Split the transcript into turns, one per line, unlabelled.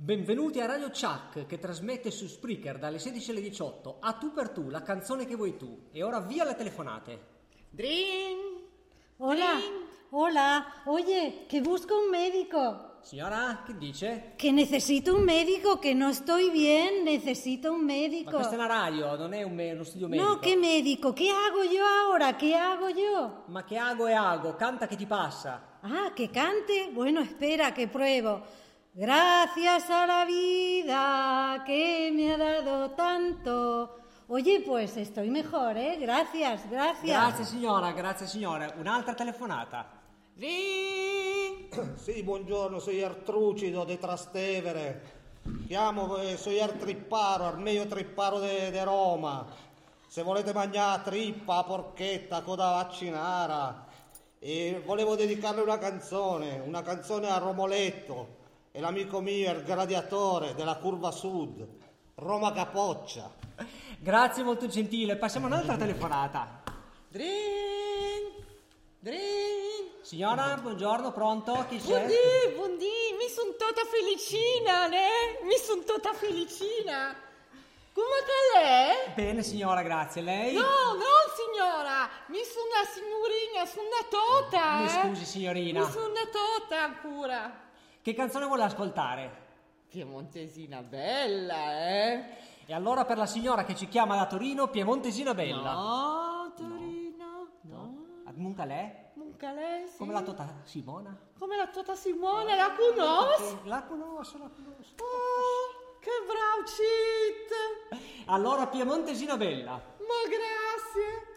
Benvenuti a Radio Chuck che trasmette su Spreaker dalle 16 alle 18 a tu per tu la canzone che vuoi tu. E ora via le telefonate.
Dream.
Hola,
Ring.
hola, oye, que busco un médico,
Signora, che dice?
que necesito un médico, que no estoy bien, necesito un
Ma
Ecco.
médico.
questa è una radio, non è un me- uno studio medico.
No, ¿qué médico? ¿Qué hago yo ahora? ¿Qué hago yo?
Ma che ago e ago, canta che ti passa.
Ah, que cante. Bueno, espera, que pruebo. Gracias a la vida que me ha dado tanto. Oye, pues estoy mejor, ¿eh? Gracias, gracias.
Grazie signora, grazie signora. Un'altra telefonata.
Ring.
Sì, buongiorno, sono Artrucido de Trastevere. Chiamo, eh, sono Artripparo, armeio tripparo di Roma. Se volete mangiare trippa, porchetta, coda vaccinara. E volevo dedicarle una canzone, una canzone a Romoletto e l'amico mio, il gladiatore della curva sud, Roma Capoccia.
Grazie molto gentile. Passiamo a un'altra telefonata.
Dream. Dream.
Signora, buongiorno, pronto? Chi c'è?
Buondì, buondì, mi sono tutta felicina, né? Mi sono tutta felicina. Come che lei?
Bene signora, grazie. Lei?
No, no, signora, mi sono una signorina, sono una tota,
Mi
eh.
scusi signorina.
Mi sono una tota ancora.
Che canzone vuole ascoltare?
Piemontesina bella, eh?
E allora per la signora che ci chiama da Torino, Piemontesina Bella.
No, Torino, no.
Nunca lei?
Moncalesi.
Come la tota Simona?
Come la tota Simone, la conosco.
Eh, La conosco, la conosco.
Oh, che bravo cheat.
Allora Piemontesina Bella.
Ma grazie.